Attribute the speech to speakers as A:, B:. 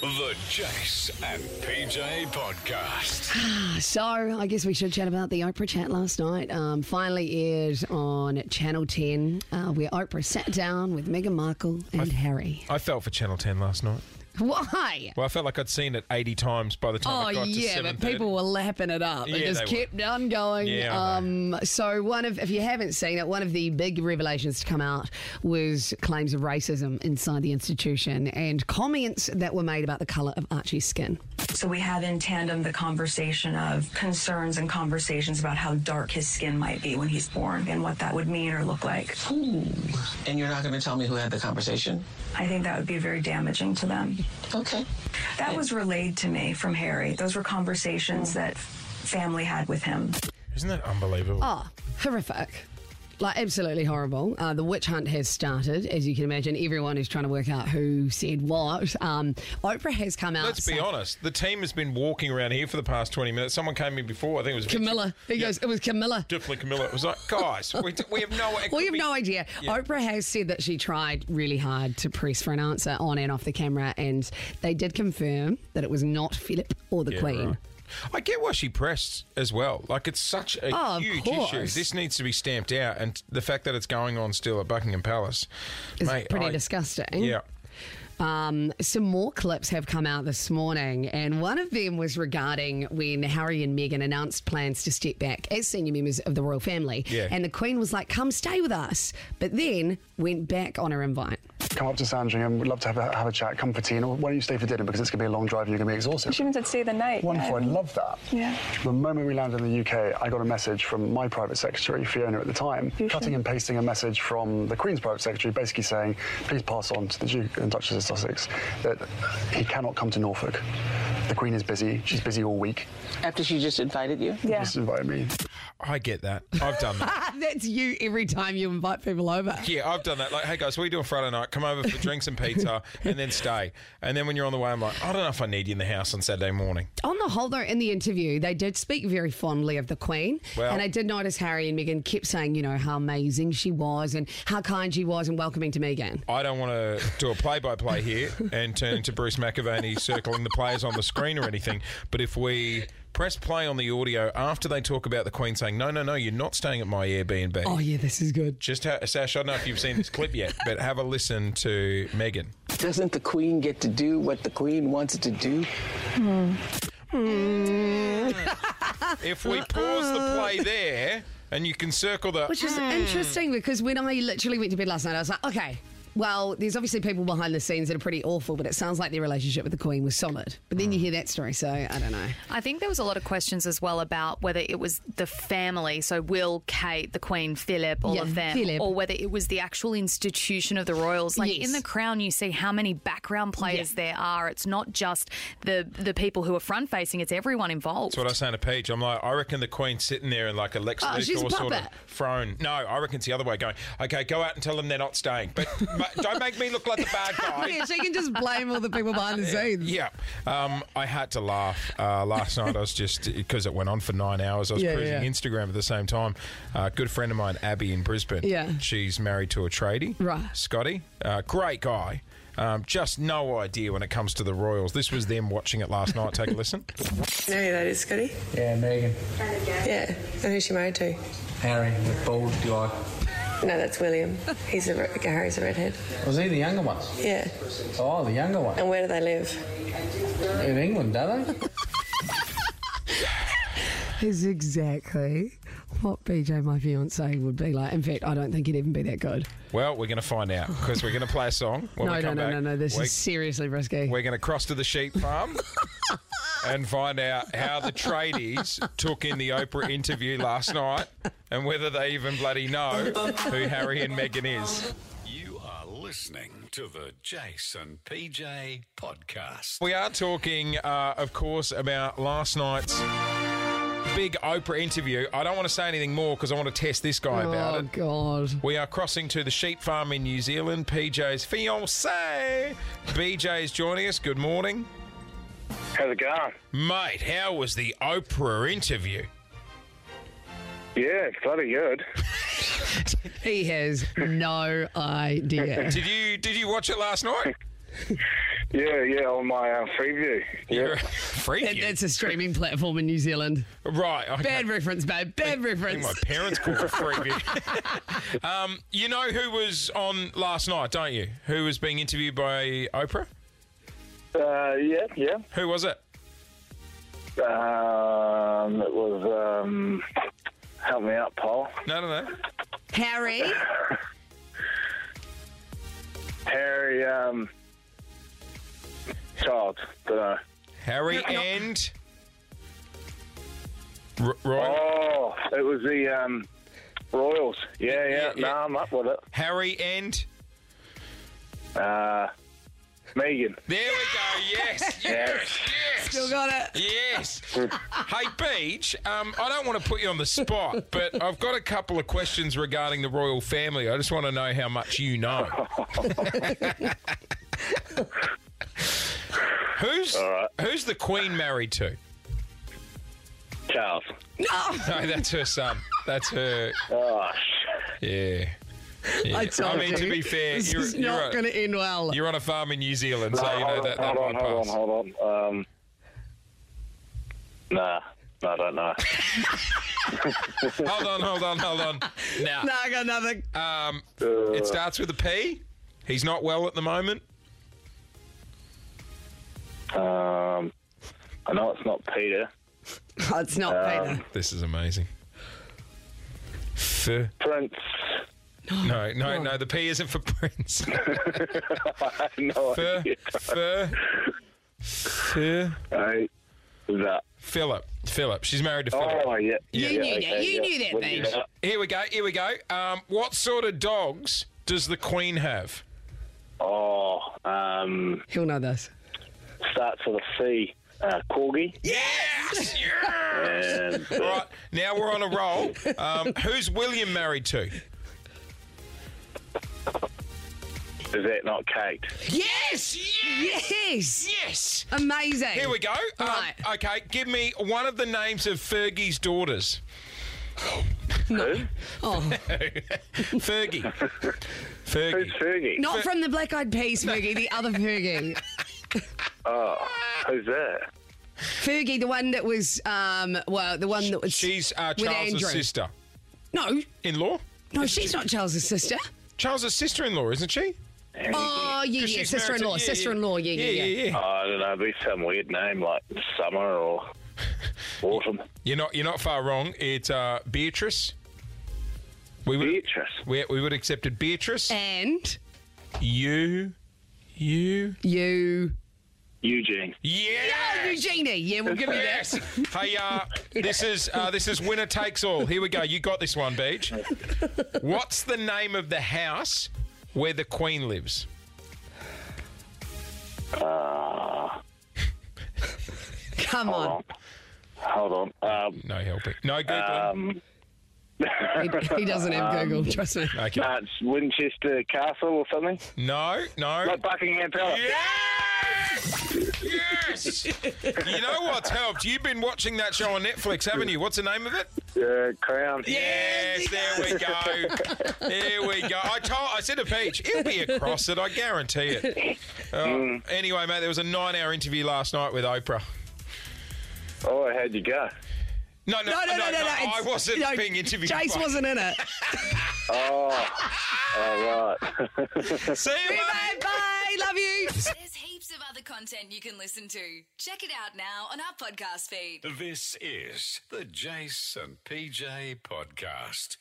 A: The Jace and PJ Podcast.
B: So I guess we should chat about the Oprah chat last night. Um, finally aired on Channel 10, uh, where Oprah sat down with Meghan Markle and Harry.
C: I felt for Channel 10 last night.
B: Why?
C: Well, I felt like I'd seen it 80 times by the time
B: Oh
C: I got
B: yeah,
C: to 7
B: but people were lapping it up. They
C: Yeah,
B: just
C: they were.
B: kept on going.
C: Yeah, I
B: um, so one of, if you haven't seen it, one of the big revelations to come out was claims of racism inside the institution and comments that were made about the colour of Archie's skin.
D: So we had in tandem the conversation of concerns and conversations about how dark his skin might be when he's born and what that would mean or look like.
E: And you're not going to tell me who had the conversation?
D: I think that would be very damaging to them.
E: Okay.
D: That was relayed to me from Harry. Those were conversations that family had with him.
C: Isn't that unbelievable?
B: Oh, horrific. Like, absolutely horrible. Uh, the witch hunt has started, as you can imagine. Everyone is trying to work out who said what. Um, Oprah has come out.
C: Let's be
B: saying-
C: honest. The team has been walking around here for the past 20 minutes. Someone came in before. I think it was Victor-
B: Camilla. He
C: Yeah,
B: goes, it was Camilla.
C: Definitely Camilla. It was like, guys, we, we have no. it
B: Well,
C: could
B: you have
C: be-
B: no idea.
C: Yeah.
B: Oprah has said that she tried really hard to press for an answer on and off the camera, and they did confirm that it was not Philip or the
C: Yeah,
B: Queen.
C: right. I get why she pressed as well. Like it's such a
B: Oh, of
C: huge
B: course.
C: issue. This needs to be stamped out, and the fact that it's going on still at Buckingham Palace
B: It's
C: Mate,
B: pretty
C: I-
B: disgusting.
C: Yeah,
B: Um, some more clips have come out this morning, and one of them was regarding when Harry and Meghan announced plans to step back as senior members of the royal family.
C: Yeah.
B: And the Queen was like, come stay with us, but then went back on her invite.
F: come up to Sandringham. We'd love to have a, have a chat, come for tea, and why don't you stay for dinner because it's going to be a long drive and you're going to be exhausted.
G: She even said stay the night.
F: Wonderful, I
G: Yeah.
F: love that.
G: Yeah.
F: The moment we landed in the UK, I got a message from my private secretary, Fiona at the time, cutting and pasting a message from the Queen's private secretary, basically saying, please pass on to the Duke and Duchess of Sussex that he cannot come to Norfolk. The Queen is busy. She's busy all week.
E: After she just invited you?
G: Yeah.
F: Just invite me.
C: I get that. I've done that.
B: Ah, that's you every time you invite people over.
C: Yeah, I've done that. Like, hey guys, what are you doing Friday night? Come over for drinks and pizza, and then stay. And then when you're on the way, I'm like, I don't know if I need you in the house on Saturday morning.
B: On the whole, though, in the interview, they did speak very fondly of the Queen.
C: Well-
B: and I did notice Harry and Meghan kept saying, you know, how amazing she was and how kind she was and welcoming to Meghan.
C: I don't want to do a play-by-play here and turn into Bruce McAvaney circling the players on the screen or anything. But if we press play on the audio after they talk about the Queen saying, "No, no, no, you're not staying at my Airbnb."
B: Oh, yeah, this is good.
C: Just ha- Sash, I don't know if you've seen this clip yet, but have a listen to Megan.
E: Doesn't the queen get to do what the queen wants to do?
C: If we pause the play there, and you can circle the.
B: Which is interesting because when I literally went to bed last night, I was like, okay, well, there's obviously people behind the scenes that are pretty awful, but it sounds like their relationship with the Queen was solid. But
C: Hmm.
B: then you hear that story, so I don't know.
H: I think there was a lot of questions as well about whether it was the family, so Will, Kate, the Queen, Philip, all
B: Yeah,
H: of them,
B: Philip.
H: or whether it was the actual institution of the royals. Like
B: Yes.
H: in the Crown, you see how many background players
B: Yeah.
H: there are. It's not just the the people who are front facing; it's everyone involved.
C: That's what I was saying to Peach. I'm like, I reckon the Queen's sitting there in like a Lex
B: Oh, she's a
C: Luthor sort of
B: puppet.
C: throne. No, I reckon it's the other way, going, okay, go out and tell them they're not staying. But ma- don't make me look like the bad guy.
B: Yeah, she can just blame all the people behind the scenes.
C: Yeah, um, I had to laugh uh, last night. I was just because it went on for nine hours. I was
B: Yeah,
C: cruising
B: yeah.
C: Instagram at the same time. a good friend of mine, Abby in Brisbane.
B: Yeah.
C: she's married to a tradie,
B: Right.
C: Scotty, uh, great guy. Um, just no idea when it comes to the Royals. This was them watching it last night. Take a listen.
I: know who that is, Scotty?
J: Yeah, Megan.
I: Yeah. And who's she married to?
J: Harry, the bald guy.
I: No, that's William. He's a re- Harry's a redhead.
J: Was he the younger one?
I: Yeah.
J: Oh, the younger one.
I: And where do they live?
J: In England, do they?
B: Is exactly what BJ, my fiance, would be like. In fact, I don't think he'd even be that good.
C: Well, we're going to find out because we're going to play a song. When
B: no,
C: we
B: no,
C: come
B: no,
C: back,
B: no, no. This
C: we're,
B: is seriously risky.
C: we're going to cross to the sheep farm and find out how the tradies took in the Oprah interview last night and whether they even bloody know who Harry and Meghan is.
A: You are listening to the Jace and PJ Podcast.
C: We are talking, uh, of course, about last night's big Oprah interview. I don't want to say anything more because I want to test this guy about
B: oh,
C: it.
B: God.
C: We are crossing to the sheep farm in New Zealand. PJ's fiance, BJ is joining us. Good morning.
K: How's it going?
C: Mate, how was the Oprah interview?
K: Yeah, it's bloody good.
B: He has no idea.
C: Did you did you watch it last night?
K: Yeah, yeah, on my uh, Freeview. Yeah.
C: Freak.
B: That, that's a streaming platform in New Zealand.
C: Right. Okay.
B: Bad reference, babe. Bad
C: I think
B: reference.
C: my parents called it freebie. um, you know who was on last night, don't you? Who was being interviewed by Oprah?
K: Uh, yeah, yeah.
C: Who was it?
K: Um, it was, um, help me out, Paul.
C: No, no, no.
B: Harry,
K: Harry, um, child, dunno.
C: Harry and R- Roy.
K: Oh, it was the, um, Royals. Yeah, yeah,
C: yeah.
K: nah, I'm up with it.
C: Harry and
K: Uh, Megan.
C: there we go. Yes, yes, yes.
B: still got it.
C: Yes. hey, Beach, um, I don't want to put you on the spot, but I've got a couple of questions regarding the royal family. I just want to know how much you know. who's who's the Queen married to?
K: Charles.
C: No, that's her son. That's her.
K: Oh, sh-
C: Yeah. yeah.
B: I told
C: mean,
B: you.
C: to be fair,
B: this
C: you're,
B: is
C: you're
B: not
C: a-
B: going to end well.
C: you're on a farm in New Zealand, so you know
K: hold
C: that,
K: on,
C: that
K: hold on,
C: might
K: hold on,
C: pass.
K: hold on. Um, nah, I don't know.
C: Hold on, hold on, hold on. Now,
B: No, I got nothing.
C: Um, it starts with a P. He's not well at the moment.
K: Um, I know it's not Peter.
B: Oh, it's not Peter.
C: This is amazing. F-
K: Prince.
C: no, no, no. The P isn't for Prince.
K: No
C: F-
K: idea.
C: F- F-
K: Hey, that.
C: Philip. Philip. She's married to Philip.
K: Oh, yeah.
B: You
K: yeah,
B: knew
K: okay,
B: that. You
K: yeah.
B: knew that,
K: Wouldn't you
B: babe.
K: know?
C: Here we go. Here we go. Um, what sort of dogs does the Queen have?
K: Oh, um,
B: He'll know this.
K: starts with a C. Uh, corgi.
C: Yes. yes!
K: And, uh,
C: All right. Now we're on a roll. Um, who's William married to?
K: Is that not Kate?
B: Yes! Yes!
C: Yes.
B: Amazing.
C: Here we go. Um,
B: Right.
C: Okay, give me one of the names of Fergie's daughters.
K: Who?
C: Fergie.
K: Who's
C: Fergie.
K: Fergie?
B: Not from the Black Eyed Peas, Fergie, the other Fergie.
K: Oh, Who's that?
B: Fergie, the one that was, um, well, the one that was.
C: She's uh,
B: With
C: Charles's
B: Andrew.
C: sister
B: No,
C: in law.
B: no, she's not Charles's sister.
C: Charles's sister in law, isn't she?
B: Oh, yeah,
C: 'Cause
B: yeah,
C: she's married
B: sister in law,
C: to- yeah,
B: sister in law, yeah, yeah, yeah.
C: yeah, yeah.
K: I don't know. It'd be some weird name like Summer or Autumn.
C: You're not, you're not far wrong. It's uh, Beatrice. We would,
K: Beatrice.
C: We, we would have accepted Beatrice.
B: Eh. And
C: you, you,
B: you.
K: Eugene.
B: Oh,
C: yeah.
B: Eugenie, yeah, we'll give you that.
C: Yes. Hey, uh, this is uh, this is winner takes all. Here we go. You got this one, Beach. What's the name of the house where the Queen lives?
K: Ah,
B: Come on.
K: Hold on. Um,
C: No helping. No googling.
B: He, he doesn't have Google, trust me.
C: okay.
K: uh, it's Winchester Castle or something.
C: No, no.
K: Not Buckingham Palace.
C: Yes! Yes! you know what's helped? You've been watching that show on Netflix, haven't you? What's the name of it?
K: Uh, crown.
C: Yes, there we go. There we go. I told, I said to Peach, it'll be across it. I guarantee it. Oh, Anyway, mate, there was a nine-hour interview last night with Oprah.
K: Oh, how'd you go?
C: No, no,
B: No, no, no, no, no.
C: I
B: it's-
C: wasn't
B: no,
C: being interviewed.
B: Jace
C: by-
B: wasn't in it.
K: All right.
C: See
B: Bye,
C: you, mate.
B: bye, bye, love you.
G: There's heaps of other content you can listen to. Check it out now on our podcast feed.
A: This is the Jason PJ podcast.